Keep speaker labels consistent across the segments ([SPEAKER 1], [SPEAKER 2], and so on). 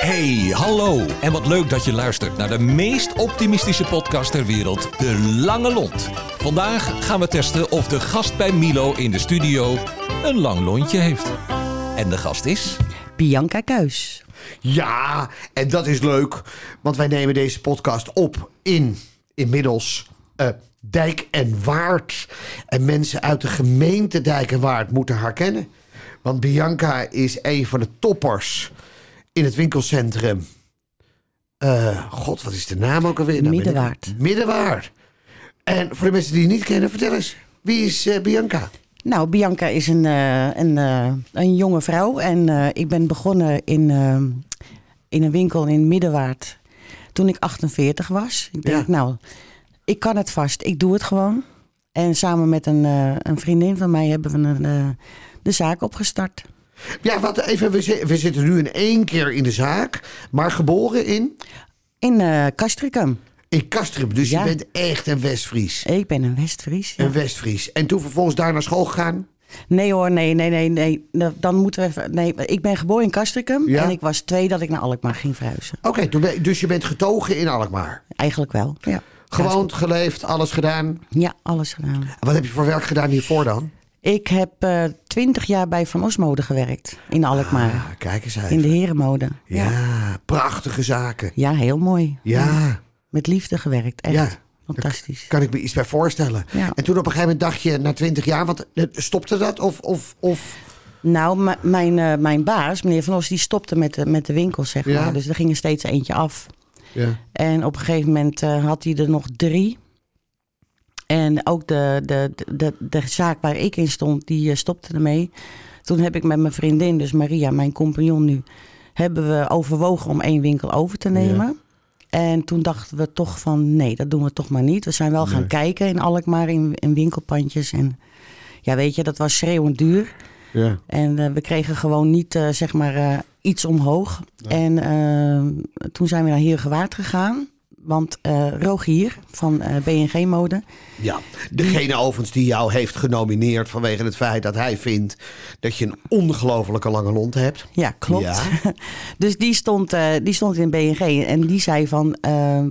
[SPEAKER 1] Hey, hallo. En wat leuk dat je luistert naar de meest optimistische podcast ter wereld, De Lange Lont. Vandaag gaan we testen of de gast bij Milo in de studio een lang lontje heeft. En de gast is...
[SPEAKER 2] Bianca Kuis.
[SPEAKER 3] Ja, en dat is leuk, want wij nemen deze podcast op in inmiddels eh, Dijk en Waard. En mensen uit de gemeente Dijk en Waard moeten haar kennen. Want Bianca is een van de toppers in het winkelcentrum. Eh, God, wat is de naam ook alweer? Nou,
[SPEAKER 2] Middenwaard.
[SPEAKER 3] ben ik- Middenwaard. En voor de mensen die het niet kennen, vertel eens, wie is eh, Bianca?
[SPEAKER 2] Nou, Bianca is een, eh, een, eh, een jonge vrouw. En eh, ik ben begonnen in, eh, in een winkel in Middenwaard toen ik 48 was. Ik denk,
[SPEAKER 3] Ja.
[SPEAKER 2] nou, ik kan het vast. Ik doe het gewoon. En samen met een, eh, een vriendin van mij hebben we een, eh, de zaak opgestart.
[SPEAKER 3] Ja, wat even, we, zi- we zitten nu in één keer in de zaak, maar geboren in?
[SPEAKER 2] In eh Castricum.
[SPEAKER 3] In Kastrum, dus
[SPEAKER 2] Ja.
[SPEAKER 3] je bent echt een Westfries.
[SPEAKER 2] Ik ben een Westfries. ja.
[SPEAKER 3] Een Westfries. En toen vervolgens daar naar school gegaan.
[SPEAKER 2] Nee hoor, nee, nee, nee, nee. Dan moeten we even... Nee, ik ben geboren in Castricum.
[SPEAKER 3] Ja?
[SPEAKER 2] En ik was twee dat ik naar Alkmaar ging verhuizen.
[SPEAKER 3] Oké, toen ben- dus je bent getogen in Alkmaar.
[SPEAKER 2] Eigenlijk wel, ja.
[SPEAKER 3] Gewoond, geleefd, alles gedaan.
[SPEAKER 2] Ja, alles gedaan.
[SPEAKER 3] Wat heb je voor werk gedaan hiervoor dan?
[SPEAKER 2] Ik heb eh, twintig jaar bij Van Osmode gewerkt in Alkmaar.
[SPEAKER 3] Ah, kijk eens
[SPEAKER 2] in
[SPEAKER 3] uit.
[SPEAKER 2] de herenmode.
[SPEAKER 3] Ja, prachtige zaken.
[SPEAKER 2] Ja, heel mooi.
[SPEAKER 3] Ja,
[SPEAKER 2] Met liefde gewerkt, echt.
[SPEAKER 3] Ja.
[SPEAKER 2] Fantastisch.
[SPEAKER 3] kan ik me iets bij voorstellen.
[SPEAKER 2] Ja.
[SPEAKER 3] En toen op een gegeven moment dacht je, na twintig jaar, want eh, stopte dat? Of, of, of
[SPEAKER 2] Nou, m- mijn, eh, mijn baas, meneer Van Os, die stopte met de, met de winkel, zeg
[SPEAKER 3] Ja.
[SPEAKER 2] maar. Dus er ging er steeds eentje af.
[SPEAKER 3] ja.
[SPEAKER 2] En op een gegeven moment eh, had hij er nog drie. En ook de, de, de, de, de zaak waar ik in stond, die eh, stopte ermee. Toen heb ik met mijn vriendin, dus Maria, mijn compagnon nu... hebben we overwogen om één winkel over te nemen. En toen dachten we toch van, nee, dat doen we toch maar niet. We zijn wel gaan kijken in Alkmaar, in, in winkelpandjes. En ja, weet je, dat was schreeuwend duur.
[SPEAKER 3] Ja.
[SPEAKER 2] En eh, we kregen gewoon niet, eh, zeg maar, eh, iets omhoog. En eh, toen zijn we naar Heergewaard gegaan. Want eh Rogier van eh, BNG Mode.
[SPEAKER 3] ja. Degene overigens die jou heeft genomineerd vanwege het feit dat hij vindt dat je een ongelofelijke lange lont hebt.
[SPEAKER 2] Ja, klopt.
[SPEAKER 3] Ja.
[SPEAKER 2] dus die stond, eh, die stond in BNG. En die zei van, eh, eh,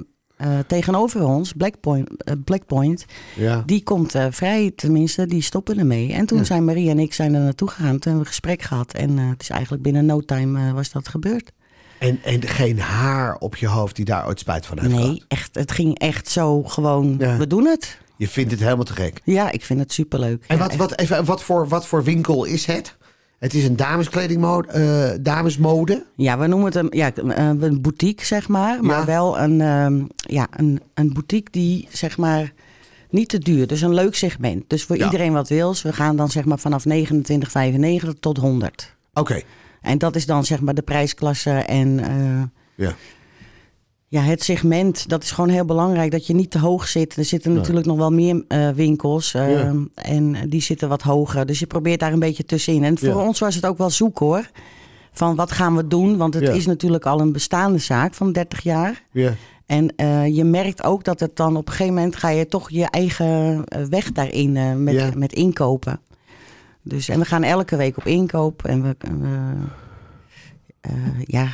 [SPEAKER 2] tegenover ons, Blackpoint, eh, Blackpoint
[SPEAKER 3] Ja.
[SPEAKER 2] die komt eh, vrij, tenminste, die stoppen ermee. En toen zijn Marie en ik zijn er naartoe gegaan. Toen hebben we een gesprek gehad. En eh, het is eigenlijk binnen no time eh, was dat gebeurd.
[SPEAKER 3] En, en geen haar op je hoofd die daar ooit spijt van heeft gehad.
[SPEAKER 2] Nee, echt, het ging echt zo gewoon,
[SPEAKER 3] Ja.
[SPEAKER 2] we doen het.
[SPEAKER 3] Je vindt het helemaal te gek.
[SPEAKER 2] Ja, ik vind het superleuk.
[SPEAKER 3] En
[SPEAKER 2] Ja,
[SPEAKER 3] wat,
[SPEAKER 2] echt.
[SPEAKER 3] wat, even, wat, voor, wat voor winkel is het? Het is een dameskledingmode. eh, damesmode.
[SPEAKER 2] Ja, we noemen het een, ja, eh, een boutique, zeg maar. Maar
[SPEAKER 3] Ja.
[SPEAKER 2] wel een, ehm, ja, een, een boutique die, zeg maar, niet te duur. Dus een leuk segment. Dus voor
[SPEAKER 3] Ja.
[SPEAKER 2] iedereen wat wil. We gaan dan, zeg maar, vanaf 29,95 tot 100.
[SPEAKER 3] Oké.
[SPEAKER 2] En dat is dan, zeg maar, de prijsklasse en... eh,
[SPEAKER 3] Ja.
[SPEAKER 2] ja, het segment, dat is gewoon heel belangrijk. Dat je niet te hoog zit. Er zitten natuurlijk nog wel meer eh, winkels. eh,
[SPEAKER 3] Ja.
[SPEAKER 2] En die zitten wat hoger. Dus je probeert daar een beetje tussenin. En voor
[SPEAKER 3] Ja.
[SPEAKER 2] ons was het ook wel zoek hoor. Van wat gaan we doen? Want het
[SPEAKER 3] Ja.
[SPEAKER 2] is natuurlijk al een bestaande zaak van 30 jaar.
[SPEAKER 3] ja.
[SPEAKER 2] En eh, je merkt ook dat het dan op een gegeven moment ga je toch je eigen eh, weg daarin eh, met,
[SPEAKER 3] Ja.
[SPEAKER 2] met inkopen. Dus, en we gaan elke week op inkoop en we, eh, eh, ja,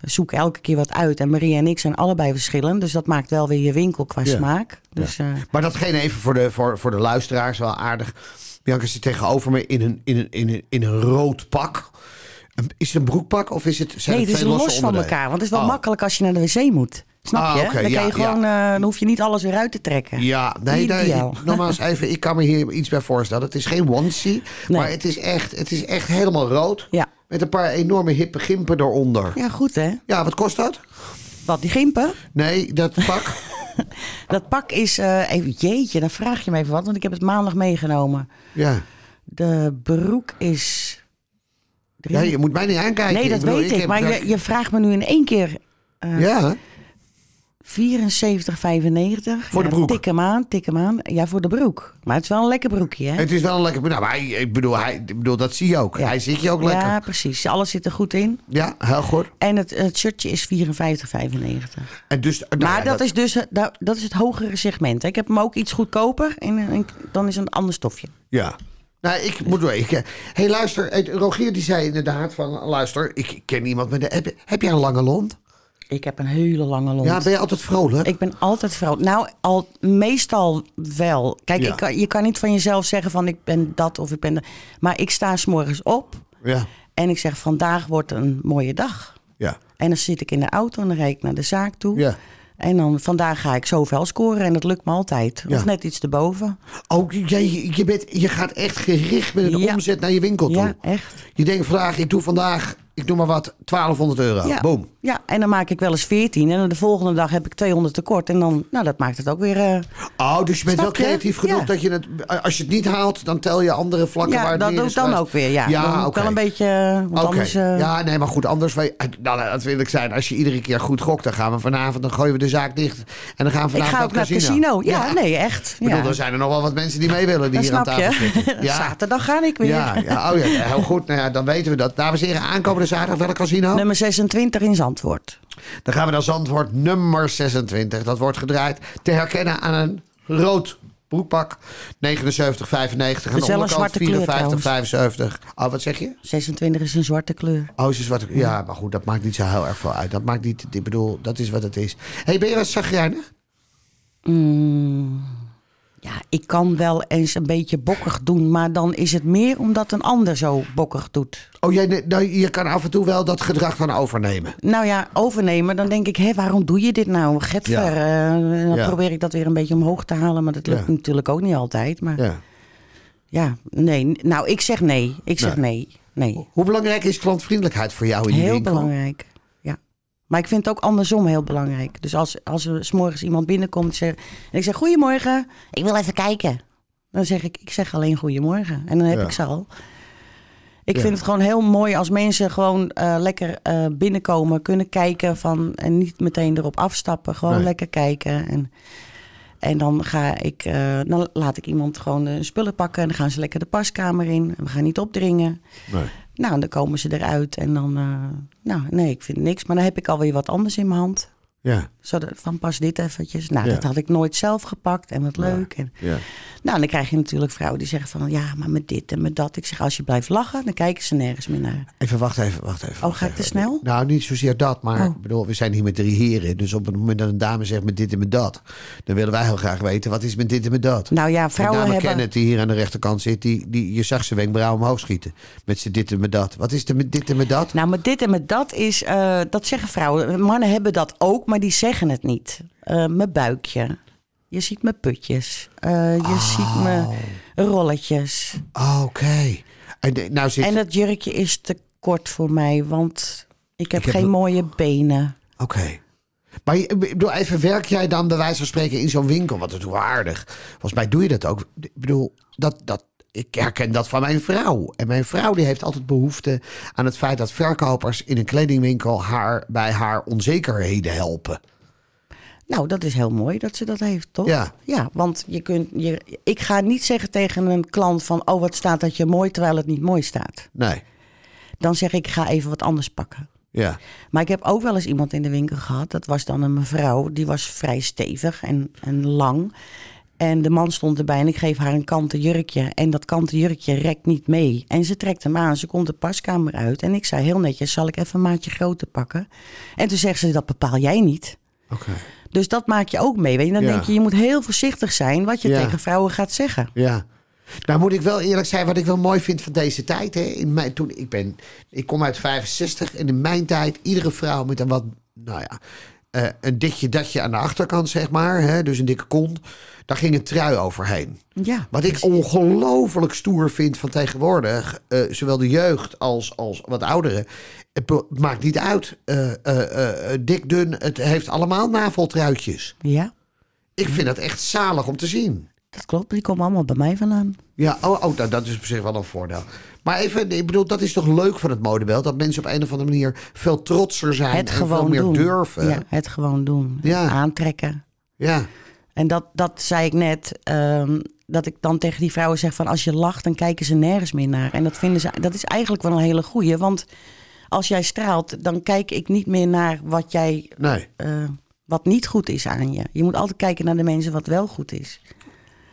[SPEAKER 2] we zoeken elke keer wat uit. En Maria en ik zijn allebei verschillend, dus dat maakt wel weer je winkel qua
[SPEAKER 3] Ja.
[SPEAKER 2] smaak. Dus, eh,
[SPEAKER 3] Maar datgene even voor de, voor, voor de luisteraars wel aardig. Bianca zit tegenover me in een, in een, in een, in een rood pak. Een- Is het een broekpak of is het, zijn
[SPEAKER 2] nee, het
[SPEAKER 3] het
[SPEAKER 2] is
[SPEAKER 3] twee losse
[SPEAKER 2] los van
[SPEAKER 3] onderdelen?
[SPEAKER 2] elkaar, want het is wel
[SPEAKER 3] Oh.
[SPEAKER 2] makkelijk als je naar de wc moet. Snap
[SPEAKER 3] Ah,
[SPEAKER 2] je?
[SPEAKER 3] oké,
[SPEAKER 2] dan, kan
[SPEAKER 3] ja,
[SPEAKER 2] je gewoon, eh, dan hoef je niet alles weer uit te trekken.
[SPEAKER 3] Ja, nee, nee
[SPEAKER 2] Ideaal.
[SPEAKER 3] nogmaals even, ik kan me hier iets bij voorstellen. Het is geen onesie,
[SPEAKER 2] Nee.
[SPEAKER 3] maar het is, echt, het is echt helemaal rood.
[SPEAKER 2] Ja.
[SPEAKER 3] Met een paar enorme hippe gimpen eronder.
[SPEAKER 2] Ja, goed hè.
[SPEAKER 3] Ja, wat kost dat?
[SPEAKER 2] Wat, die gimpen?
[SPEAKER 3] Nee, dat pak.
[SPEAKER 2] Dat pak is, eh, even, jeetje, dan vraag je me even wat, want ik heb het maandag meegenomen.
[SPEAKER 3] ja.
[SPEAKER 2] De broek is... drie-
[SPEAKER 3] ja, je moet mij niet aankijken.
[SPEAKER 2] nee, dat
[SPEAKER 3] bedoel,
[SPEAKER 2] weet ik,
[SPEAKER 3] heb
[SPEAKER 2] maar
[SPEAKER 3] dat-
[SPEAKER 2] je, je vraagt me nu in één keer
[SPEAKER 3] Ja,
[SPEAKER 2] 74,95. Voor
[SPEAKER 3] de broek.
[SPEAKER 2] Tik hem aan, tik hem aan. Ja, voor de broek. Maar het is wel een lekker broekje, hè?
[SPEAKER 3] het is wel een lekker... Nou, maar hij, ik, bedoel, hij, ik bedoel, dat zie je ook. Hij zit je ook
[SPEAKER 2] Ja,
[SPEAKER 3] lekker.
[SPEAKER 2] precies. Alles zit er goed in.
[SPEAKER 3] Ja, heel goed.
[SPEAKER 2] En het, het shirtje is 54,95.
[SPEAKER 3] En dus, nou
[SPEAKER 2] maar
[SPEAKER 3] ja,
[SPEAKER 2] dat, is dus eh, da- dat is het hogere segment. hè. Ik heb hem ook iets goedkoper en, en dan is het een ander stofje.
[SPEAKER 3] Ja. Nou, ik moet door. Ik, eh, hey, luister. eh, Rogier die zei inderdaad van... Luister, ik ken iemand met een... Heb, heb jij een lange lont?
[SPEAKER 2] Ik heb een hele lange lont.
[SPEAKER 3] Ja, ben je altijd vrolijk?
[SPEAKER 2] Ik ben altijd vrolijk. Nou, al, meestal wel. Kijk,
[SPEAKER 3] Ja.
[SPEAKER 2] ik kan, je kan niet van jezelf zeggen van ik ben dat of ik ben dat. Maar ik sta 's morgens op
[SPEAKER 3] Ja,
[SPEAKER 2] en ik zeg vandaag wordt een mooie dag.
[SPEAKER 3] ja,
[SPEAKER 2] En dan zit ik in de auto en dan rijd ik naar de zaak toe.
[SPEAKER 3] ja.
[SPEAKER 2] En dan vandaag ga ik zoveel scoren en dat lukt me altijd.
[SPEAKER 3] Ja.
[SPEAKER 2] Of net iets erboven.
[SPEAKER 3] Ook jij, je, bent, je gaat echt gericht met een
[SPEAKER 2] Ja.
[SPEAKER 3] omzet naar je winkel toe.
[SPEAKER 2] Ja, echt.
[SPEAKER 3] Je denkt vandaag, ik doe vandaag, ik noem maar wat, 1200 euro.
[SPEAKER 2] Ja.
[SPEAKER 3] Ah, Boom.
[SPEAKER 2] Ja, en dan maak ik wel eens 14 en dan de volgende dag heb ik 200 tekort. En dan, nou, dat maakt het ook weer... eh,
[SPEAKER 3] Oh, dus je bent
[SPEAKER 2] Snap
[SPEAKER 3] wel
[SPEAKER 2] je?
[SPEAKER 3] creatief genoeg
[SPEAKER 2] Ja.
[SPEAKER 3] dat je het, als je het niet haalt, dan tel je andere vlakken waar
[SPEAKER 2] ja,
[SPEAKER 3] het
[SPEAKER 2] dat
[SPEAKER 3] meer
[SPEAKER 2] doe
[SPEAKER 3] is
[SPEAKER 2] ik dan
[SPEAKER 3] geweest.
[SPEAKER 2] ook weer. Ja,
[SPEAKER 3] Ja,
[SPEAKER 2] dan moet ik
[SPEAKER 3] oké.
[SPEAKER 2] wel een beetje... Want
[SPEAKER 3] Oké.
[SPEAKER 2] anders... eh,
[SPEAKER 3] Ja, nee, maar goed, anders. wij- Nou, dat wil ik zijn. Als je iedere keer goed gokt, dan gaan we vanavond, dan gooien we de zaak dicht. En dan gaan we
[SPEAKER 2] ik
[SPEAKER 3] vanavond
[SPEAKER 2] ga ook naar het casino. Ja, nee, echt.
[SPEAKER 3] Ik bedoel,
[SPEAKER 2] ja.
[SPEAKER 3] er zijn er nog wel wat mensen die mee willen die
[SPEAKER 2] Dat
[SPEAKER 3] hier aan
[SPEAKER 2] snap
[SPEAKER 3] tafel
[SPEAKER 2] je.
[SPEAKER 3] zitten. Ja,
[SPEAKER 2] Zaterdag ga ik weer.
[SPEAKER 3] ja, ja, oh ja, heel goed. Nou ja, dan weten we dat. Dames en heren, aankomende zaterdag welk casino?
[SPEAKER 2] Oh. Nummer 26 in Zandvoort.
[SPEAKER 3] Dan gaan we naar Zandvoort nummer 26. Dat wordt gedraaid te herkennen aan een rood broekpak. 79, 95. Aan
[SPEAKER 2] is
[SPEAKER 3] de
[SPEAKER 2] wel een
[SPEAKER 3] onderkant
[SPEAKER 2] zwarte kleur
[SPEAKER 3] 54,
[SPEAKER 2] trouwens.
[SPEAKER 3] 75. Oh, wat zeg je?
[SPEAKER 2] 26 is een zwarte kleur.
[SPEAKER 3] Oh, is een zwarte Ja, maar goed, dat maakt niet zo heel erg veel uit. Dat maakt niet... Ik bedoel, dat is wat het is. hey, ben je wat zagrijnig?
[SPEAKER 2] Mm. Ja, ik kan wel eens een beetje bokkig doen, maar dan is het meer omdat een ander zo bokkig doet.
[SPEAKER 3] Oh, jij, nee, nou, je kan af en toe wel dat gedrag gaan overnemen.
[SPEAKER 2] Nou ja, overnemen, dan denk ik, hé, waarom doe je dit nou? Getver.
[SPEAKER 3] Ja.
[SPEAKER 2] eh, en dan
[SPEAKER 3] Ja.
[SPEAKER 2] probeer ik dat weer een beetje omhoog te halen, maar dat lukt
[SPEAKER 3] Ja.
[SPEAKER 2] natuurlijk ook niet altijd. Maar ja.
[SPEAKER 3] Ja.
[SPEAKER 2] nee. Nou, ik zeg nee. Ik zeg nee. Nee.
[SPEAKER 3] Hoe belangrijk is klantvriendelijkheid voor jou in je
[SPEAKER 2] Heel
[SPEAKER 3] winkel?
[SPEAKER 2] belangrijk, ja. Maar ik vind het ook andersom heel belangrijk. Dus als, als er 's morgens iemand binnenkomt zeg- en ik zeg goedemorgen, ik wil even kijken. Dan zeg ik, ik zeg alleen goedemorgen. En dan heb
[SPEAKER 3] Ja.
[SPEAKER 2] ik ze al. Ik
[SPEAKER 3] Ja.
[SPEAKER 2] vind het gewoon heel mooi als mensen gewoon eh, lekker eh, binnenkomen, kunnen kijken van, en niet meteen erop afstappen. Gewoon
[SPEAKER 3] Nee.
[SPEAKER 2] lekker kijken. En, en dan ga ik, eh, dan laat ik iemand gewoon de spullen pakken en dan gaan ze lekker de paskamer in. We gaan niet opdringen.
[SPEAKER 3] Nee.
[SPEAKER 2] Nou, en dan komen ze eruit en dan... eh, nou, nee, ik vind niks. Maar dan heb ik alweer wat anders in mijn hand.
[SPEAKER 3] Ja.
[SPEAKER 2] Zodat, van pas dit eventjes. Nou,
[SPEAKER 3] Ja.
[SPEAKER 2] dat had ik nooit zelf gepakt en wat leuk. En,
[SPEAKER 3] ja.
[SPEAKER 2] nou, en dan krijg je natuurlijk vrouwen die zeggen van... Ja, maar met dit en met dat. Ik zeg, als je blijft lachen, dan kijken ze nergens meer naar.
[SPEAKER 3] Even wacht even, wacht even.
[SPEAKER 2] Oh, ga ik te snel?
[SPEAKER 3] Nou, niet zozeer dat, maar
[SPEAKER 2] Oh.
[SPEAKER 3] ik bedoel, we zijn hier met drie heren. Dus op het moment dat een dame zegt met dit en met dat, dan willen wij heel graag weten wat is met dit en met dat.
[SPEAKER 2] Nou ja,
[SPEAKER 3] Vrouwen
[SPEAKER 2] vrouwen
[SPEAKER 3] met name
[SPEAKER 2] hebben...
[SPEAKER 3] Kenneth die hier aan de rechterkant zit, die, die, je zag zijn wenkbrauw omhoog schieten. Met z'n dit en met dat. Wat is er met dit en met dat?
[SPEAKER 2] Nou, met dit en met dat is... eh, dat zeggen vrouwen. Mannen hebben dat ook, maar die zeggen het niet. Eh, mijn buikje. Je ziet mijn putjes. Eh, je ziet mijn rolletjes.
[SPEAKER 3] Oh, Oké. En de- nou zit...
[SPEAKER 2] Nou. En dat jurkje is te kort voor mij, want ik heb,
[SPEAKER 3] Ik heb
[SPEAKER 2] geen
[SPEAKER 3] een-
[SPEAKER 2] mooie benen.
[SPEAKER 3] Oké. Maar je- ik bedoel, even werk jij dan bij wijze van spreken in zo'n winkel? Want het is wel aardig. Volgens mij doe je dat ook. Ik bedoel, dat, dat, ik herken dat van mijn vrouw. En mijn vrouw die heeft altijd behoefte aan het feit dat verkopers in een kledingwinkel haar bij haar onzekerheden helpen.
[SPEAKER 2] Nou, dat is heel mooi dat ze dat heeft, toch?
[SPEAKER 3] Ja.
[SPEAKER 2] Ja, want je kunt, je, ik ga niet zeggen tegen een klant van... oh, wat staat dat je mooi, terwijl het niet mooi staat.
[SPEAKER 3] Nee.
[SPEAKER 2] Dan zeg ik, ga even wat anders pakken.
[SPEAKER 3] Ja.
[SPEAKER 2] Maar ik heb ook wel eens iemand in de winkel gehad. Dat was dan een mevrouw. Die was vrij stevig en, en lang. En de man stond erbij en ik geef haar een kanten jurkje. En dat kanten jurkje rekt niet mee. En ze trekt hem aan. Ze komt de paskamer uit. En ik zei heel netjes, zal ik even een maatje groter pakken? En toen zegt ze, dat bepaal jij niet.
[SPEAKER 3] Oké.
[SPEAKER 2] Dus dat maak je ook mee. Weet je? Dan
[SPEAKER 3] Ja.
[SPEAKER 2] denk je, je moet heel voorzichtig zijn wat je
[SPEAKER 3] Ja.
[SPEAKER 2] tegen vrouwen gaat zeggen.
[SPEAKER 3] Ja. Nou moet ik wel eerlijk zijn, wat ik wel mooi vind van deze tijd. Hè? In mijn, toen, ik, ben, ik kom uit 65 en in mijn tijd iedere vrouw met een wat, nou ja, eh, een ditje datje aan de achterkant zeg maar. Hè? Dus een dikke kont. Daar ging een trui overheen.
[SPEAKER 2] Ja.
[SPEAKER 3] Wat ik ongelooflijk stoer vind van tegenwoordig, eh, zowel de jeugd als, als wat ouderen. Het be- maakt niet uit. eh, eh, eh, dik, dun, het heeft allemaal naveltruitjes.
[SPEAKER 2] Ja,
[SPEAKER 3] Ik vind dat echt zalig om te zien.
[SPEAKER 2] dat klopt. Die komen allemaal bij mij vandaan.
[SPEAKER 3] Ja, oh, oh nou, dat is op zich wel een voordeel. Maar even, ik bedoel, dat is toch leuk van het modebel? Dat mensen op een of andere manier veel trotser zijn
[SPEAKER 2] het
[SPEAKER 3] en
[SPEAKER 2] gewoon
[SPEAKER 3] veel meer
[SPEAKER 2] doen.
[SPEAKER 3] durven.
[SPEAKER 2] Ja, het gewoon doen.
[SPEAKER 3] Ja.
[SPEAKER 2] Aantrekken.
[SPEAKER 3] ja.
[SPEAKER 2] En dat, dat zei ik net. ehm, dat ik dan tegen die vrouwen zeg van als je lacht, dan kijken ze nergens meer naar. En dat vinden ze, dat is eigenlijk wel een hele goeie. Want als jij straalt, dan kijk ik niet meer naar wat jij
[SPEAKER 3] nee.
[SPEAKER 2] eh, wat niet goed is aan je. Je moet altijd kijken naar de mensen wat wel goed is.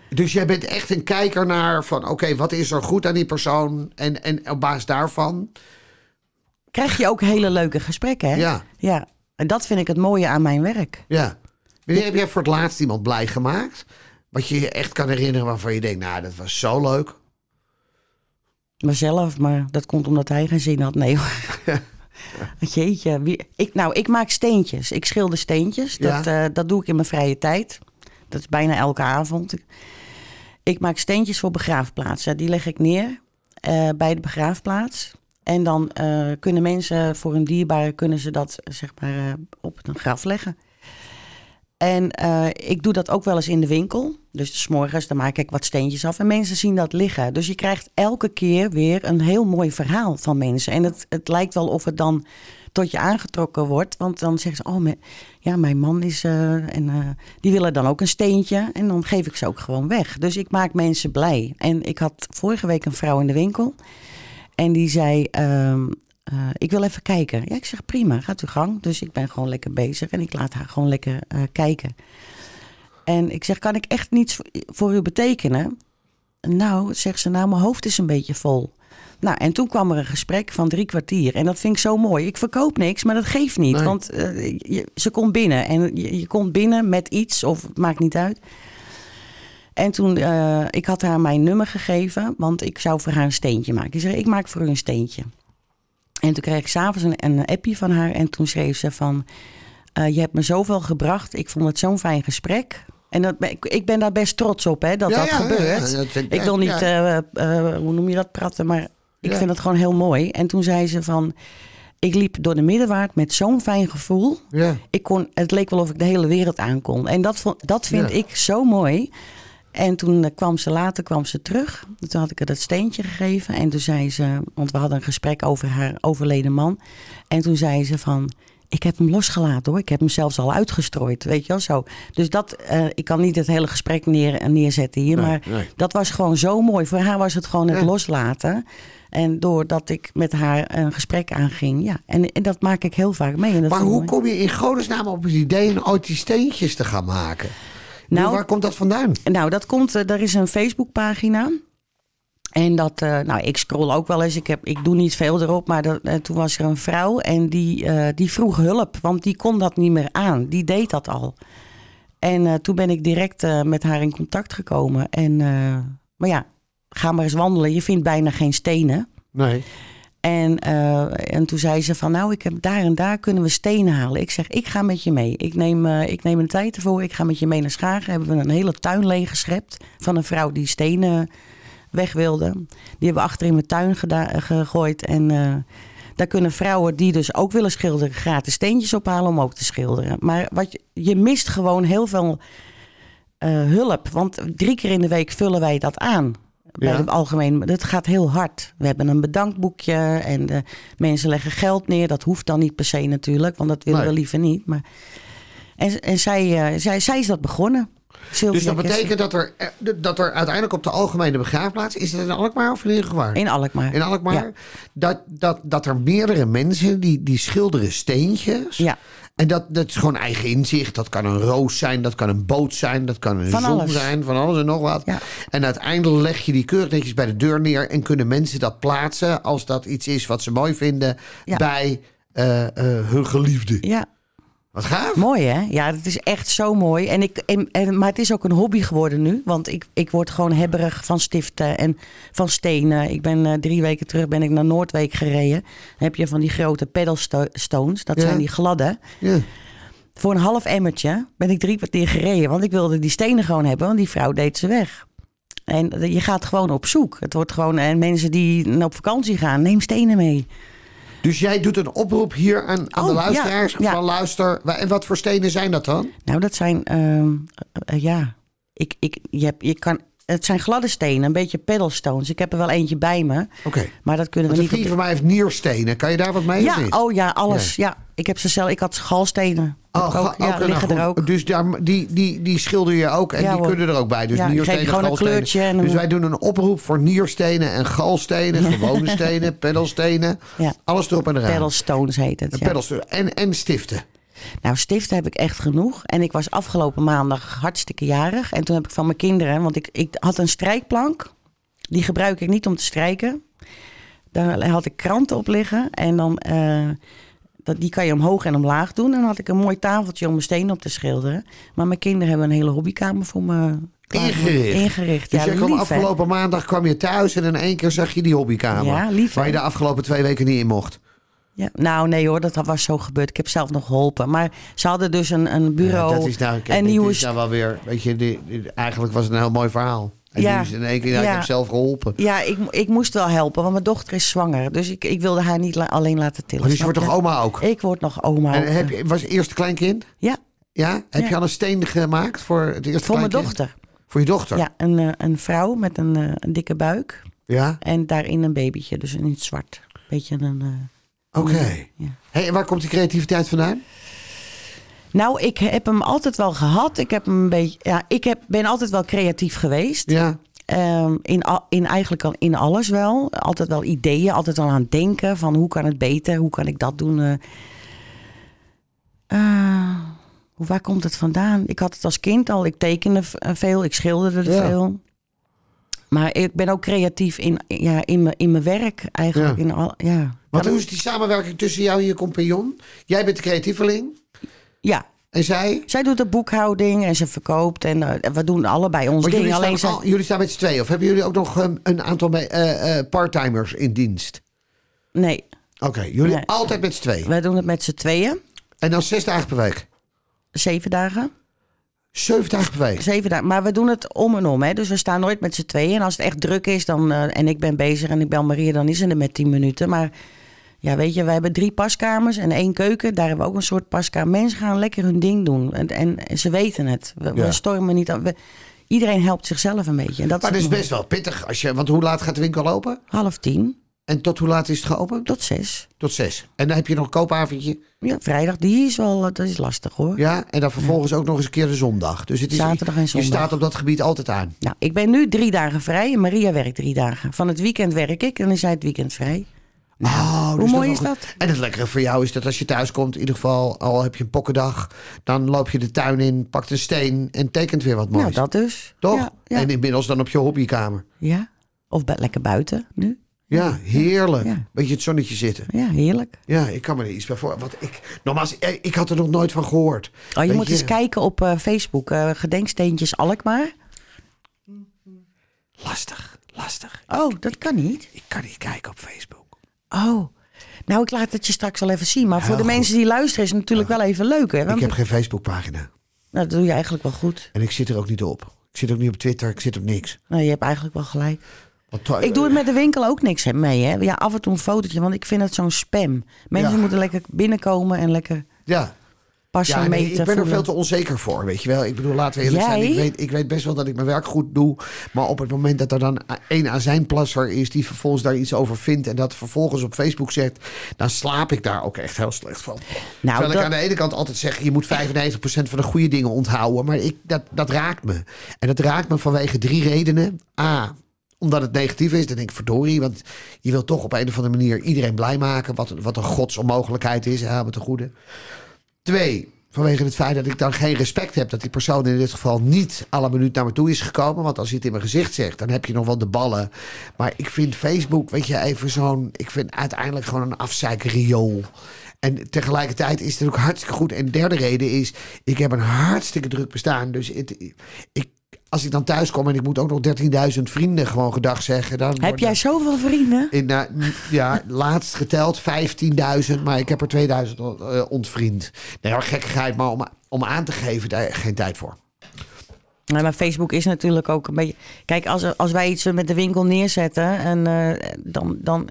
[SPEAKER 3] Dus jij bent echt een kijker naar van oké, wat is er goed aan die persoon? En, en op basis daarvan.
[SPEAKER 2] Krijg je ook hele leuke gesprekken, hè?
[SPEAKER 3] Ja.
[SPEAKER 2] ja. En dat vind ik het mooie aan mijn werk.
[SPEAKER 3] Ja. Wanneer heb jij voor het laatst iemand blij gemaakt? Wat je je echt kan herinneren waarvan je denkt, nou, dat was zo leuk.
[SPEAKER 2] Mezelf, maar dat komt omdat hij geen zin had. Nee hoor. Jeetje. Wie, ik, nou, ik maak steentjes. Ik schilder steentjes.
[SPEAKER 3] Ja.
[SPEAKER 2] Dat, eh, dat doe ik in mijn vrije tijd. Dat is bijna elke avond. Ik, ik maak steentjes voor begraafplaatsen. Die leg ik neer eh, bij de begraafplaats. En dan eh, kunnen mensen voor hun dierbare kunnen ze dat eh, zeg maar, eh, op een graf leggen. En eh, ik doe dat ook wel eens in de winkel. Dus 's morgens dan maak ik wat steentjes af en mensen zien dat liggen. Dus je krijgt elke keer weer een heel mooi verhaal van mensen. En het, het lijkt wel of het dan tot je aangetrokken wordt. Want dan zeggen ze, oh me- ja, mijn man is... eh, en eh, die willen dan ook een steentje. En dan geef ik ze ook gewoon weg. Dus ik maak mensen blij. En ik had vorige week een vrouw in de winkel. En die zei, ehm, eh, ik wil even kijken. Ja, ik zeg prima, gaat uw gang. Dus ik ben gewoon lekker bezig en ik laat haar gewoon lekker eh, kijken. En ik zeg, kan ik echt niets voor- voor u betekenen? Nou, zegt ze, nou, mijn hoofd is een beetje vol. Nou, en toen kwam er een gesprek van drie kwartier. En dat vind ik zo mooi. Ik verkoop niks, maar dat geeft niet.
[SPEAKER 3] Nee.
[SPEAKER 2] Want eh, je- ze komt binnen. En je, je komt binnen met iets, of het maakt niet uit. En toen, eh, ik had haar mijn nummer gegeven, want ik zou voor haar een steentje maken. Ik zei, ik maak voor u een steentje. En toen kreeg ik s'avonds een, een appje van haar en toen schreef ze van... eh, je hebt me zoveel gebracht, ik vond het zo'n fijn gesprek. En dat, ben- ik, ik ben daar best trots op, hè, dat
[SPEAKER 3] Ja,
[SPEAKER 2] dat
[SPEAKER 3] ja,
[SPEAKER 2] gebeurt.
[SPEAKER 3] ja, ja, dat vind ik-
[SPEAKER 2] ik wil niet,
[SPEAKER 3] ja.
[SPEAKER 2] eh, eh, hoe noem je dat, praten, maar ik
[SPEAKER 3] Ja.
[SPEAKER 2] vind het gewoon heel mooi. En toen zei ze van, ik liep door de middenwaard met zo'n fijn gevoel
[SPEAKER 3] Ja.
[SPEAKER 2] ik kon, het leek wel of ik de hele wereld aan kon. En dat, vond, dat vind
[SPEAKER 3] Ja.
[SPEAKER 2] ik zo mooi. En toen eh, kwam ze later kwam ze terug. Toen had ik haar dat steentje gegeven. En toen zei ze, want we hadden een gesprek over haar overleden man. En toen zei ze van, ik heb hem losgelaten hoor. Ik heb hem zelfs al uitgestrooid, weet je wel zo. Dus dat, eh, ik kan niet het hele gesprek neer, neerzetten hier.
[SPEAKER 3] Nee,
[SPEAKER 2] maar
[SPEAKER 3] nee.
[SPEAKER 2] dat was gewoon zo mooi. Voor haar was het gewoon het
[SPEAKER 3] Ja.
[SPEAKER 2] loslaten. En doordat ik met haar een gesprek aanging. Ja, en, en dat maak ik heel vaak mee. En dat
[SPEAKER 3] Maar
[SPEAKER 2] vind ik
[SPEAKER 3] hoe
[SPEAKER 2] mooi.
[SPEAKER 3] kom je in godesnaam op het idee om ooit die steentjes te gaan maken? Nou,
[SPEAKER 2] Nou,
[SPEAKER 3] waar komt dat vandaan?
[SPEAKER 2] Nou, dat komt, eh, er is een Facebookpagina. En dat, eh, nou, ik scroll ook wel eens. Ik, heb, ik doe niet veel erop. Maar dat, eh, toen was er een vrouw en die, eh, die vroeg hulp. Want die kon dat niet meer aan. Die deed dat al. En eh, toen ben ik direct eh, met haar in contact gekomen. En, eh, maar ja, ga maar eens wandelen. Je vindt bijna geen stenen.
[SPEAKER 3] Nee.
[SPEAKER 2] En, eh, en toen zei ze van, nou, ik heb daar en daar kunnen we stenen halen. Ik zeg, ik ga met je mee. Ik neem, eh, ik neem een tijd ervoor. Ik ga met je mee naar Schagen. Hebben we een hele tuin leeggeschept van een vrouw die stenen weg wilde. Die hebben we achter in mijn tuin geda- eh, gegooid. En eh, daar kunnen vrouwen die dus ook willen schilderen... gratis steentjes ophalen om ook te schilderen. Maar wat je, je mist gewoon heel veel eh, hulp. Want drie keer in de week vullen wij dat aan. Bij
[SPEAKER 3] Ja.
[SPEAKER 2] de algemeen, dat gaat heel hard. We hebben een bedankboekje en eh, mensen leggen geld neer. Dat hoeft dan niet per se natuurlijk, want dat willen
[SPEAKER 3] Nee.
[SPEAKER 2] we liever niet. Maar... En, en zij, eh, zij, zij is dat begonnen. Sylvia
[SPEAKER 3] Dus dat
[SPEAKER 2] Kessler.
[SPEAKER 3] betekent dat er, eh, dat er uiteindelijk op de algemene begraafplaats... Is het in Alkmaar of in Ingewaard?
[SPEAKER 2] In Alkmaar.
[SPEAKER 3] In Alkmaar. Dat, dat, dat er meerdere mensen die, die schilderen steentjes.
[SPEAKER 2] Ja.
[SPEAKER 3] En dat, dat is gewoon eigen inzicht. Dat kan een roos zijn, dat kan een boot zijn, dat kan een
[SPEAKER 2] Van
[SPEAKER 3] zon
[SPEAKER 2] alles.
[SPEAKER 3] zijn, van alles en nog wat.
[SPEAKER 2] Ja.
[SPEAKER 3] En uiteindelijk leg je die keurig netjes bij de deur neer en kunnen mensen dat plaatsen als dat iets is wat ze mooi vinden
[SPEAKER 2] Ja.
[SPEAKER 3] bij eh, eh, hun geliefde.
[SPEAKER 2] Ja,
[SPEAKER 3] Wat gaaf.
[SPEAKER 2] mooi hè? Ja, dat is echt zo mooi. En ik, en, en- maar het is ook een hobby geworden nu. Want ik, ik word gewoon hebberig van stiften en van stenen. Ik ben eh, drie weken terug ben ik naar Noordwijk gereden. Dan heb je van die grote pedalstones. Dat
[SPEAKER 3] Ja.
[SPEAKER 2] zijn die gladde.
[SPEAKER 3] Ja.
[SPEAKER 2] Voor een half emmertje ben ik drie kwartier gereden. Want ik wilde die stenen gewoon hebben. Want die vrouw deed ze weg. En je gaat gewoon op zoek. Het wordt gewoon, en mensen die op vakantie gaan, neem stenen mee.
[SPEAKER 3] Dus jij doet een oproep hier aan, aan de
[SPEAKER 2] Oh, ja,
[SPEAKER 3] luisteraars
[SPEAKER 2] ja.
[SPEAKER 3] van luister. wa- En wat voor stenen zijn dat dan?
[SPEAKER 2] Nou, dat zijn, ehm, eh, eh, ja, ik, ik, je, hebt, je kan, het zijn gladde stenen, een beetje pedalstones. Ik heb er wel eentje bij me,
[SPEAKER 3] Oké.
[SPEAKER 2] maar dat kunnen
[SPEAKER 3] Want
[SPEAKER 2] we
[SPEAKER 3] een
[SPEAKER 2] niet. op
[SPEAKER 3] vriend
[SPEAKER 2] de-
[SPEAKER 3] van mij heeft nierstenen. Kan je daar wat mee of
[SPEAKER 2] Ja,
[SPEAKER 3] niet?
[SPEAKER 2] oh ja, alles. Ja, ik heb ze zelf, ik had galstenen. Heb ik ook,
[SPEAKER 3] ga-
[SPEAKER 2] ja,
[SPEAKER 3] oké, nou
[SPEAKER 2] liggen er
[SPEAKER 3] goed.
[SPEAKER 2] ook.
[SPEAKER 3] Dus daar, die, die, die schilder je ook en
[SPEAKER 2] Ja,
[SPEAKER 3] die
[SPEAKER 2] hoor.
[SPEAKER 3] kunnen er ook bij. Dus
[SPEAKER 2] Ja,
[SPEAKER 3] nierstenen,
[SPEAKER 2] geef je gewoon een
[SPEAKER 3] galstenen.
[SPEAKER 2] kleurtje en dan-
[SPEAKER 3] Dus wij doen een oproep voor nierstenen en galstenen, gewone stenen, peddelstenen.
[SPEAKER 2] Ja.
[SPEAKER 3] Alles erop en eraan.
[SPEAKER 2] Pedalstones heet het.
[SPEAKER 3] En
[SPEAKER 2] ja.
[SPEAKER 3] peddelstenen. En, en stiften.
[SPEAKER 2] Nou, stiften heb ik echt genoeg. En ik was afgelopen maandag hartstikke jarig. En toen heb ik van mijn kinderen, want ik, ik had een strijkplank. Die gebruik ik niet om te strijken. Daar had ik kranten op liggen. En dan, eh, dat, die kan je omhoog en omlaag doen. En dan had ik een mooi tafeltje om mijn stenen op te schilderen. Maar mijn kinderen hebben een hele hobbykamer voor me klaar-
[SPEAKER 3] Ingericht.
[SPEAKER 2] ingericht.
[SPEAKER 3] Dus
[SPEAKER 2] ja,
[SPEAKER 3] jij kwam
[SPEAKER 2] lief, hè?
[SPEAKER 3] afgelopen maandag kwam je thuis en in één keer zag je die hobbykamer.
[SPEAKER 2] Ja, lief,
[SPEAKER 3] waar je
[SPEAKER 2] hè?
[SPEAKER 3] de afgelopen twee weken niet in mocht.
[SPEAKER 2] Ja, nou, nee hoor, dat was zo gebeurd. Ik heb zelf nog geholpen. Maar ze hadden dus een, een bureau.
[SPEAKER 3] Ja, dat is nou, kijk,
[SPEAKER 2] en
[SPEAKER 3] dit
[SPEAKER 2] nieuwe
[SPEAKER 3] is nou wel weer, weet je, die- die- eigenlijk was het een heel mooi verhaal. En
[SPEAKER 2] Ja.
[SPEAKER 3] nu is het in één keer, ja, ik
[SPEAKER 2] Ja.
[SPEAKER 3] heb zelf geholpen.
[SPEAKER 2] Ja, ik, mo- ik moest wel helpen, want mijn dochter is zwanger. Dus ik, ik wilde haar niet la- alleen laten tillen.
[SPEAKER 3] Maar dus je
[SPEAKER 2] snap
[SPEAKER 3] wordt toch oma ook?
[SPEAKER 2] Ik word nog oma.
[SPEAKER 3] En
[SPEAKER 2] ook,
[SPEAKER 3] heb
[SPEAKER 2] ja.
[SPEAKER 3] je, was je eerst kleinkind?
[SPEAKER 2] Ja,
[SPEAKER 3] Ja? Heb
[SPEAKER 2] Ja.
[SPEAKER 3] je al een steen gemaakt voor het eerste
[SPEAKER 2] voor mijn
[SPEAKER 3] kleinkind?
[SPEAKER 2] dochter.
[SPEAKER 3] Voor je dochter?
[SPEAKER 2] Ja, een, eh, een vrouw met een, eh, een dikke buik.
[SPEAKER 3] Ja?
[SPEAKER 2] En daarin een babytje, dus in het zwart. Beetje een... eh,
[SPEAKER 3] Oké.
[SPEAKER 2] ja.
[SPEAKER 3] Hey, en waar komt die creativiteit vandaan?
[SPEAKER 2] Nou, ik heb hem altijd wel gehad. Ik, heb hem een beetje, ja, ik heb, ben altijd wel creatief geweest.
[SPEAKER 3] Ja.
[SPEAKER 2] Ehm, in, al- in eigenlijk al in alles wel. Altijd wel ideeën, altijd wel aan het denken van hoe kan het beter, hoe kan ik dat doen. eh. Eh, hoe waar komt het vandaan? Ik had het als kind al, ik tekende v- eh, veel, ik schilderde
[SPEAKER 3] Ja.
[SPEAKER 2] veel. Maar ik ben ook creatief in, ja, in, mijn, in mijn werk eigenlijk.
[SPEAKER 3] Ja.
[SPEAKER 2] In al, ja.
[SPEAKER 3] Want
[SPEAKER 2] Dat-
[SPEAKER 3] hoe is die samenwerking tussen jou en je compagnon? Jij bent de creatieveling
[SPEAKER 2] ja,
[SPEAKER 3] en zij?
[SPEAKER 2] zij doet de boekhouding en ze verkoopt en eh, we doen allebei ons
[SPEAKER 3] Maar
[SPEAKER 2] ding.
[SPEAKER 3] jullie,
[SPEAKER 2] Alleen
[SPEAKER 3] staan,
[SPEAKER 2] zij-
[SPEAKER 3] al- jullie staan met z'n tweeën. Of hebben jullie ook nog um, een aantal me- eh, eh, parttimers in dienst?
[SPEAKER 2] Nee,
[SPEAKER 3] Oké, jullie
[SPEAKER 2] Nee.
[SPEAKER 3] altijd met z'n tweeën.
[SPEAKER 2] wij doen het met z'n tweeën,
[SPEAKER 3] En dan zes dagen per week.
[SPEAKER 2] zeven dagen.
[SPEAKER 3] Zeven dagen per week.
[SPEAKER 2] Zeven dagen. Maar we doen het om en om. Hè? Dus we staan nooit met z'n tweeën. En als het echt druk is dan, eh, en ik ben bezig en ik bel Maria, dan is ze er met tien minuten. Maar ja, weet je, we hebben drie paskamers en één keuken. Daar hebben we ook een soort paskamer. Mensen gaan lekker hun ding doen. En, en, en ze weten het. We, we
[SPEAKER 3] Ja.
[SPEAKER 2] stormen niet aan. We- iedereen helpt zichzelf een beetje. En dat
[SPEAKER 3] Maar
[SPEAKER 2] het
[SPEAKER 3] dat is
[SPEAKER 2] nog-
[SPEAKER 3] best wel pittig. Als je, want hoe laat gaat de winkel open?
[SPEAKER 2] Half tien
[SPEAKER 3] En tot hoe laat is het geopend?
[SPEAKER 2] tot zes.
[SPEAKER 3] Tot zes. En dan heb je nog een koopavondje.
[SPEAKER 2] Ja, vrijdag, die is wel, dat is lastig hoor.
[SPEAKER 3] Ja, en dan vervolgens ook nog eens een keer de zondag. Dus het is,
[SPEAKER 2] Zaterdag en
[SPEAKER 3] Je
[SPEAKER 2] zondag.
[SPEAKER 3] staat op dat gebied altijd aan.
[SPEAKER 2] Nou, ik ben nu drie dagen vrij en Maria werkt drie dagen. Van het weekend werk ik en dan is zij het weekend vrij.
[SPEAKER 3] Oh, dus
[SPEAKER 2] hoe mooi
[SPEAKER 3] nog
[SPEAKER 2] is
[SPEAKER 3] wel-
[SPEAKER 2] dat?
[SPEAKER 3] En het lekkere voor jou is dat als je thuis komt, in ieder geval al heb je een pokkendag, dan loop je de tuin in, pakt een steen en tekent weer wat moois.
[SPEAKER 2] Nou, dat dus.
[SPEAKER 3] Toch?
[SPEAKER 2] Ja, ja.
[SPEAKER 3] En inmiddels dan op je hobbykamer.
[SPEAKER 2] Ja. Of bu- lekker buiten nu.
[SPEAKER 3] Ja, heerlijk.
[SPEAKER 2] Ja.
[SPEAKER 3] Beetje het zonnetje zitten.
[SPEAKER 2] Ja, heerlijk. Oh,
[SPEAKER 3] Ja, ik kan me er iets bij voor. Want ik, nogmaals, eh, ik had er nog nooit van gehoord.
[SPEAKER 2] Oh, je
[SPEAKER 3] Weet
[SPEAKER 2] moet eens kijken op eh, Facebook. eh, Gedenksteentjes Alkmaar.
[SPEAKER 3] Lastig, lastig.
[SPEAKER 2] Oh, dat kan niet.
[SPEAKER 3] Ik kan niet kijken op Facebook.
[SPEAKER 2] Oh. Nou, ik laat het je straks wel even zien. Maar voor de
[SPEAKER 3] Heel goed.
[SPEAKER 2] mensen die luisteren is het natuurlijk wel even leuk. Hè? Want
[SPEAKER 3] Ik heb geen Facebookpagina.
[SPEAKER 2] nou, dat doe je eigenlijk wel goed.
[SPEAKER 3] En ik zit er ook niet op. Ik zit ook niet op Twitter, ik zit op niks.
[SPEAKER 2] Nou, je hebt eigenlijk wel gelijk.
[SPEAKER 3] Want to-
[SPEAKER 2] Ik doe het met de winkel ook niks mee. Hè? Ja, af en toe een fotootje, want ik vind het zo'n spam. Mensen
[SPEAKER 3] Ja.
[SPEAKER 2] moeten lekker binnenkomen en lekker
[SPEAKER 3] Ja,
[SPEAKER 2] passen
[SPEAKER 3] ja
[SPEAKER 2] mee
[SPEAKER 3] nee,
[SPEAKER 2] te
[SPEAKER 3] ik ben er
[SPEAKER 2] voelen.
[SPEAKER 3] veel te onzeker voor, weet je wel. Ik bedoel, laten we eerlijk zijn.
[SPEAKER 2] Jij?
[SPEAKER 3] Ik weet, ik weet best wel dat ik mijn werk goed doe. Maar op het moment dat er dan a- één azijnplasser is... die vervolgens daar iets over vindt en dat vervolgens op Facebook zet... dan slaap ik daar ook echt heel slecht van. Terwijl
[SPEAKER 2] Nou, dat-
[SPEAKER 3] ik aan de ene kant altijd zeg... je moet 95% van de goede dingen onthouden. Maar ik, dat, dat raakt me. En dat raakt me vanwege drie redenen. A omdat het negatief is, dan denk ik verdorie. Want je wilt toch op een of andere manier iedereen blij maken. Wat, een- wat een godsonmogelijkheid is, ja, met de goede. Twee, vanwege het feit dat ik dan geen respect heb dat die persoon in dit geval niet alle minuut naar me toe is gekomen. Want als hij het in mijn gezicht zegt, dan heb je nog wel de ballen. Maar ik vind Facebook, weet je, even zo'n. Ik vind uiteindelijk gewoon een afzeikriool. En tegelijkertijd is het ook hartstikke goed. En de derde reden is, ik heb een hartstikke druk bestaan. Dus het, ik, als ik dan thuis kom en ik moet ook nog 13.000 vrienden gewoon gedag zeggen. Dan
[SPEAKER 2] Heb
[SPEAKER 3] wordt
[SPEAKER 2] jij
[SPEAKER 3] het-
[SPEAKER 2] zoveel vrienden?
[SPEAKER 3] in, nou, n- ja, laatst geteld 15.000, maar ik heb er 2000 on- eh, ontvriend. Nee, maar gekkigheid, maar om, om aan te geven, daar geen tijd voor.
[SPEAKER 2] Nee, maar Facebook is natuurlijk ook een beetje. Kijk, als, er- als wij iets met de winkel neerzetten, en, eh, dan, dan.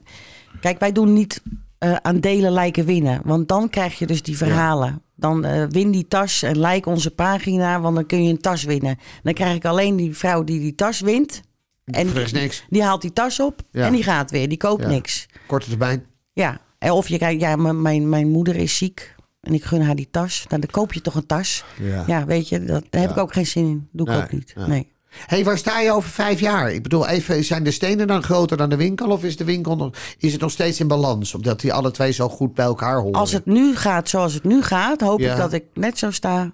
[SPEAKER 2] Kijk, wij doen niet eh, aan delen lijken winnen. Want dan krijg je dus die verhalen. Dan eh, win die tas en like onze pagina, want dan kun je een tas winnen. Dan krijg ik alleen die vrouw die die tas wint. En
[SPEAKER 3] Voor de rest niks.
[SPEAKER 2] Die haalt die tas op
[SPEAKER 3] Ja.
[SPEAKER 2] en die gaat weer. Die koopt
[SPEAKER 3] Ja.
[SPEAKER 2] niks.
[SPEAKER 3] Korte termijn.
[SPEAKER 2] Ja. En Of je kijkt, ja, m- mijn, mijn moeder is ziek. En ik gun haar die tas. Nou, Dan koop je toch een tas.
[SPEAKER 3] Ja.
[SPEAKER 2] Ja, weet je, dat, daar heb ik ook geen zin in. Doe ik
[SPEAKER 3] Nee,
[SPEAKER 2] ook niet.
[SPEAKER 3] nee.
[SPEAKER 2] Nee.
[SPEAKER 3] Hé, hey, waar sta je over vijf jaar? Ik bedoel, even, zijn de stenen dan groter dan de winkel? Of is de winkel nog, is het nog steeds in balans? Omdat die alle twee zo goed bij elkaar horen.
[SPEAKER 2] Als het nu gaat zoals het nu gaat, hoop
[SPEAKER 3] Ja.
[SPEAKER 2] ik dat ik net zo sta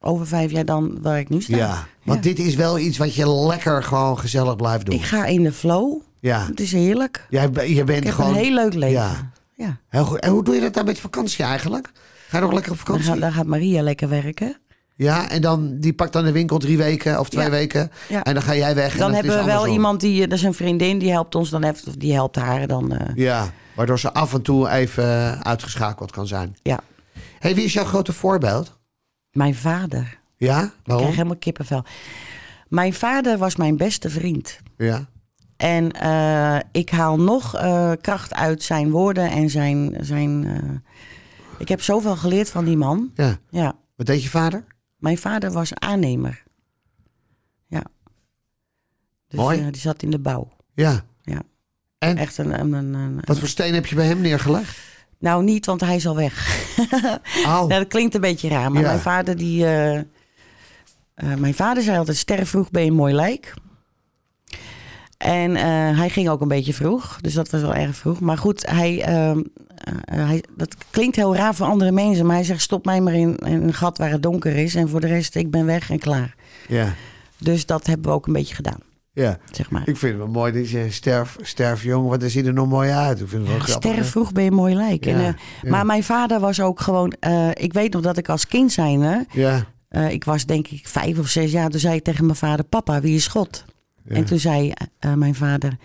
[SPEAKER 2] over vijf jaar dan waar ik nu sta.
[SPEAKER 3] ja, want dit is wel iets wat je lekker gewoon gezellig blijft doen.
[SPEAKER 2] Ik ga in de flow.
[SPEAKER 3] Ja,
[SPEAKER 2] Het is heerlijk.
[SPEAKER 3] Jij, b- je bent
[SPEAKER 2] Ik heb
[SPEAKER 3] gewoon...
[SPEAKER 2] een heel leuk leven.
[SPEAKER 3] Ja.
[SPEAKER 2] Ja.
[SPEAKER 3] Heel goed. En hoe doe je dat dan met vakantie eigenlijk? Ga je nog lekker op
[SPEAKER 2] Dan,
[SPEAKER 3] vakantie?
[SPEAKER 2] gaat, dan gaat Maria lekker werken.
[SPEAKER 3] Ja, en dan die pakt dan de winkel drie weken of twee
[SPEAKER 2] Ja.
[SPEAKER 3] weken.
[SPEAKER 2] Ja.
[SPEAKER 3] En dan ga jij weg. en
[SPEAKER 2] Dan
[SPEAKER 3] het
[SPEAKER 2] hebben
[SPEAKER 3] is
[SPEAKER 2] we wel
[SPEAKER 3] andersom.
[SPEAKER 2] iemand die, eh, dat is een vriendin, die helpt ons dan even, of die helpt haar dan. eh,
[SPEAKER 3] Ja, waardoor ze af en toe even eh, uitgeschakeld kan zijn.
[SPEAKER 2] ja.
[SPEAKER 3] hey, wie is jouw grote voorbeeld?
[SPEAKER 2] Mijn vader.
[SPEAKER 3] Ja,
[SPEAKER 2] Ik
[SPEAKER 3] waarom?
[SPEAKER 2] krijg helemaal kippenvel. Mijn vader was mijn beste vriend.
[SPEAKER 3] Ja,
[SPEAKER 2] En eh, ik haal nog eh, kracht uit zijn woorden en zijn. zijn eh, ik heb zoveel geleerd van die man.
[SPEAKER 3] ja.
[SPEAKER 2] Ja,
[SPEAKER 3] Wat deed je vader?
[SPEAKER 2] mijn vader was aannemer. Ja. Dus,
[SPEAKER 3] Mooi.
[SPEAKER 2] eh, die zat in de bouw.
[SPEAKER 3] Ja.
[SPEAKER 2] Ja.
[SPEAKER 3] En?
[SPEAKER 2] Echt een. een, een, een-
[SPEAKER 3] Wat voor steen heb je bij hem neergelegd?
[SPEAKER 2] Nou, niet, want hij is al weg.
[SPEAKER 3] Au.
[SPEAKER 2] Nou, dat klinkt een beetje raar, maar
[SPEAKER 3] Oh. Ja.
[SPEAKER 2] mijn vader die. eh, eh, mijn vader zei altijd: sterren vroeg ben je een mooi lijk. En eh, hij ging ook een beetje vroeg, dus dat was wel erg vroeg. Maar goed, hij, ehm, eh, eh, hij, dat klinkt heel raar voor andere mensen, maar hij zegt: stop mij maar in, in een gat waar het donker is. En voor de rest, ik ben weg en klaar.
[SPEAKER 3] Ja,
[SPEAKER 2] Dus dat hebben we ook een beetje gedaan,
[SPEAKER 3] ja.
[SPEAKER 2] zeg maar.
[SPEAKER 3] Ik vind het wel mooi dat je sterf, sterf jong, want dan ziet er nog mooi uit. Ik vind het wel grappig.
[SPEAKER 2] Sterren vroeg ben je een mooi lijk. En,
[SPEAKER 3] Ja,
[SPEAKER 2] eh,
[SPEAKER 3] ja.
[SPEAKER 2] Maar mijn vader was ook gewoon... eh, ik weet nog dat ik als kind zijnde...
[SPEAKER 3] Ja,
[SPEAKER 2] Eh, ik was denk ik vijf of zes jaar. Toen zei ik tegen mijn vader: Papa, wie is God?
[SPEAKER 3] Ja.
[SPEAKER 2] En toen zei eh, mijn vader: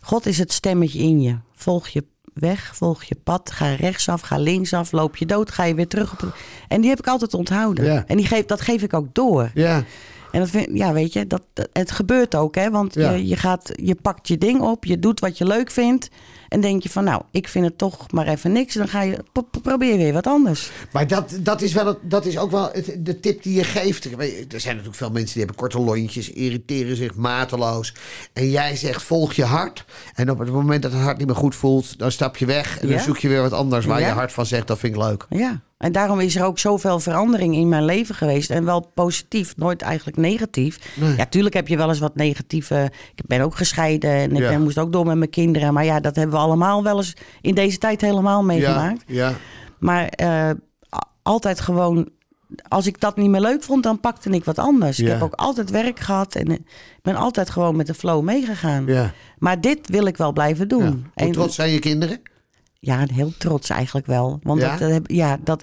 [SPEAKER 2] God is het stemmetje in je. Volg je weg, volg je pad. Ga rechtsaf, ga linksaf. Loop je dood, ga je weer terug. Op... het- En die heb ik altijd onthouden.
[SPEAKER 3] Ja.
[SPEAKER 2] En die geef, dat geef ik ook door.
[SPEAKER 3] ja,
[SPEAKER 2] En dat vind, ja, weet je, dat, dat- het gebeurt ook. Hè? Want
[SPEAKER 3] Ja.
[SPEAKER 2] je, je, gaat, je pakt je ding op, je doet wat je leuk vindt. En denk je van, nou, ik vind het toch maar even niks. Dan ga je, pro- pro- probeer weer wat anders.
[SPEAKER 3] maar dat, dat, is wel het, dat is ook wel het- de tip die je geeft. Ik weet- Er zijn natuurlijk veel mensen die hebben korte lontjes, irriteren zich mateloos. En jij zegt volg je hart. En op het moment dat het hart niet meer goed voelt, dan stap je weg. En dan
[SPEAKER 2] Ja.
[SPEAKER 3] zoek je weer wat anders waar
[SPEAKER 2] Ja.
[SPEAKER 3] je hart van zegt, dat vind ik leuk.
[SPEAKER 2] Ja, en daarom is er ook zoveel verandering in mijn leven geweest. En wel positief, nooit eigenlijk negatief. Ja, tuurlijk heb je wel eens wat negatieve... Ik ben ook gescheiden en ik
[SPEAKER 3] Ja.
[SPEAKER 2] ben, moest ook door met mijn kinderen. Maar ja, dat hebben we allemaal wel eens in deze tijd helemaal
[SPEAKER 3] Ja,
[SPEAKER 2] meegemaakt.
[SPEAKER 3] ja,
[SPEAKER 2] Maar eh, a- altijd gewoon... Als ik dat niet meer leuk vond, dan pakte ik wat anders. Ik
[SPEAKER 3] Ja.
[SPEAKER 2] heb ook altijd werk gehad en eh, ik ben altijd gewoon met de flow meegegaan.
[SPEAKER 3] ja.
[SPEAKER 2] Maar dit wil ik wel blijven doen.
[SPEAKER 3] ja.
[SPEAKER 2] En-
[SPEAKER 3] Hoe trots zijn je kinderen?
[SPEAKER 2] ja, heel trots eigenlijk wel. Want
[SPEAKER 3] Ja?
[SPEAKER 2] dat, dat heb- ja, dat.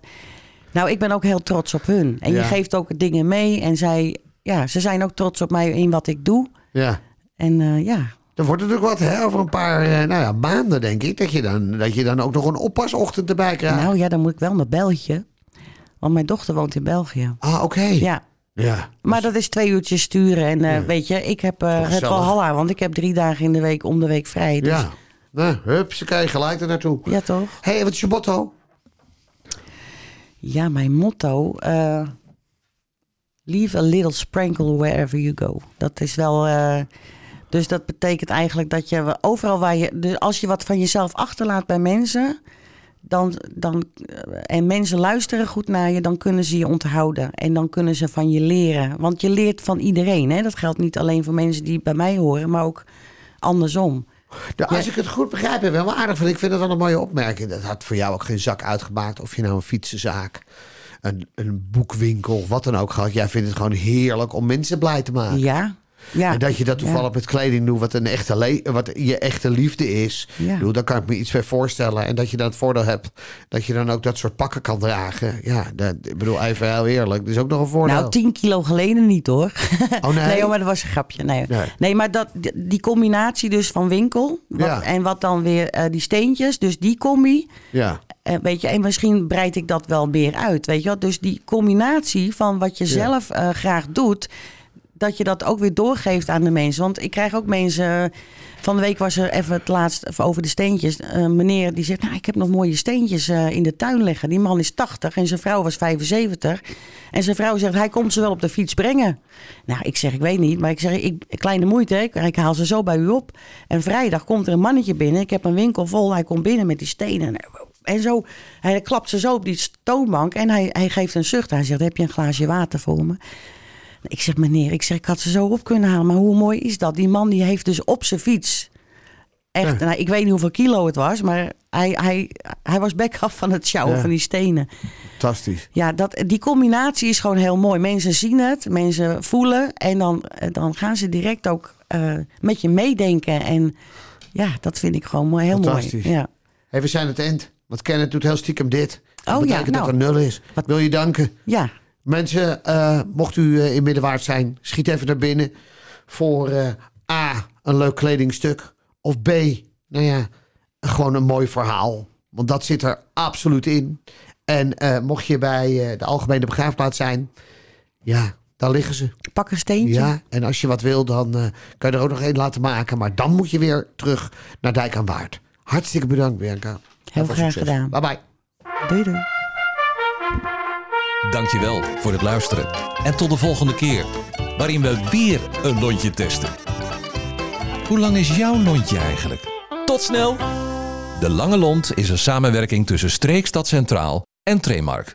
[SPEAKER 2] Nou, ik ben ook heel trots op hun. En je
[SPEAKER 3] Ja.
[SPEAKER 2] geeft ook dingen mee. En zij, ja, ze zijn ook trots op mij in wat ik doe.
[SPEAKER 3] Ja.
[SPEAKER 2] En eh, ja,
[SPEAKER 3] Dan wordt het ook wat, hè? Over een paar eh, nou ja, maanden, denk ik. Dat je, dan, dat je dan ook nog een oppasochtend erbij krijgt.
[SPEAKER 2] nou ja, dan moet ik wel naar België. Want mijn dochter woont in België.
[SPEAKER 3] ah, oké. Ja.
[SPEAKER 2] Ja, maar dat is twee uurtjes sturen. En eh, weet je, ik heb eh, het
[SPEAKER 3] Dus- gezellig?
[SPEAKER 2] wel halla. Want ik heb drie dagen in de week om de week vrij. Dus,
[SPEAKER 3] Ja. Nou, hup, ze krijgen gelijk er naartoe.
[SPEAKER 2] ja, toch?
[SPEAKER 3] Hé, hey, wat is je motto?
[SPEAKER 2] Ja, mijn motto. eh, leave a little sprinkle wherever you go. Dat is wel. eh, dus dat betekent eigenlijk dat je we- overal waar je. Dus als je wat van jezelf achterlaat bij mensen. Dan, dan, eh, en mensen luisteren goed naar je, dan kunnen ze je onthouden. En dan kunnen ze van je leren. Want je leert van iedereen. Hè? Dat geldt niet alleen voor mensen die bij mij horen, maar ook andersom.
[SPEAKER 3] Nou, als ik het goed begrijp, heb ik wel aardig. Want ik vind het wel een mooie opmerking. Dat had voor jou ook geen zak uitgemaakt. Of je nou een fietsenzaak, een, een boekwinkel, wat dan ook gehad. Jij vindt het gewoon heerlijk om mensen blij te maken.
[SPEAKER 2] Ja. ja.
[SPEAKER 3] En dat je dat
[SPEAKER 2] Ja.
[SPEAKER 3] toevallig met kleding doet, wat, een echte le- wat je echte liefde is.
[SPEAKER 2] Ja.
[SPEAKER 3] Ik bedoel, daar kan ik me iets bij voorstellen. En dat je dan het voordeel hebt dat je dan ook dat soort pakken kan dragen. Ja, dat, ik bedoel, even heel eerlijk. Dat is ook nog een voordeel.
[SPEAKER 2] Nou, 10 kilo geleden niet hoor.
[SPEAKER 3] Oh, nee?
[SPEAKER 2] hoor, maar dat was een grapje. Nee,
[SPEAKER 3] Nee.
[SPEAKER 2] nee. maar dat, die- die combinatie dus van winkel wat-
[SPEAKER 3] Ja.
[SPEAKER 2] en wat dan weer eh, die steentjes, dus die combi.
[SPEAKER 3] Ja,
[SPEAKER 2] eh, weet je, en misschien breid ik dat wel meer uit. Weet je wel? Dus die combinatie van wat je zelf eh, graag doet, dat je dat ook weer doorgeeft aan de mensen. Want ik krijg ook mensen. Van de week was er even het laatst even over de steentjes. Een meneer die zegt: Nou, ik heb nog mooie steentjes eh, in de tuin liggen. Die man is 80 en zijn vrouw was 75. En zijn vrouw zegt: Hij komt ze wel op de fiets brengen. Nou, ik zeg: Ik weet niet. Maar ik zeg: ik, Kleine moeite, ik, ik haal ze zo bij u op. En vrijdag komt er een mannetje binnen. Ik heb een winkel vol. Hij komt binnen met die stenen. En zo, hij klapt ze zo op die toonbank. En hij, hij geeft een zucht. Hij zegt: Heb je een glaasje water voor me? Ik zeg, meneer, ik, zeg, ik had ze zo op kunnen halen. Maar hoe mooi is dat? Die man die heeft dus op zijn fiets... Echt, nou, ik weet niet hoeveel kilo het was, maar hij, hij, hij was bek af van het sjouwen
[SPEAKER 3] Ja.
[SPEAKER 2] van die stenen.
[SPEAKER 3] Fantastisch.
[SPEAKER 2] Ja, dat, die combinatie is gewoon heel mooi. Mensen zien het, mensen voelen en dan, eh, dan gaan ze direct ook eh, met je meedenken. En ja, dat vind ik gewoon mooi, heel
[SPEAKER 3] Fantastisch.
[SPEAKER 2] mooi. Ja.
[SPEAKER 3] Hey, we zijn het eind. Want Kenneth doet heel stiekem dit. Dat
[SPEAKER 2] ja,
[SPEAKER 3] betekent dat
[SPEAKER 2] nou.
[SPEAKER 3] er nul is.
[SPEAKER 2] Wat-
[SPEAKER 3] Wil je danken.
[SPEAKER 2] ja,
[SPEAKER 3] Mensen, eh, mocht u eh, in Middenwaard zijn, schiet even naar binnen. Voor eh, A, een leuk kledingstuk. Of B, nou ja, gewoon een mooi verhaal. Want dat zit er absoluut in. En eh, mocht je bij eh, de Algemene Begraafplaats zijn, ja, daar liggen ze.
[SPEAKER 2] pak een steentje.
[SPEAKER 3] Ja, en als je wat wil, dan eh, kan je er ook nog één laten maken. Maar dan moet je weer terug naar Dijk aan Waard. Hartstikke bedankt, Bianca.
[SPEAKER 2] Heel
[SPEAKER 3] veel
[SPEAKER 2] graag
[SPEAKER 3] succes.
[SPEAKER 2] gedaan.
[SPEAKER 3] Bye bye.
[SPEAKER 2] Doei doei.
[SPEAKER 1] Dankjewel voor het luisteren. En tot de volgende keer, waarin we weer een lontje testen. Hoe lang is jouw lontje eigenlijk? Tot snel! De Lange Lont is een samenwerking tussen Streekstad Centraal en Tremark.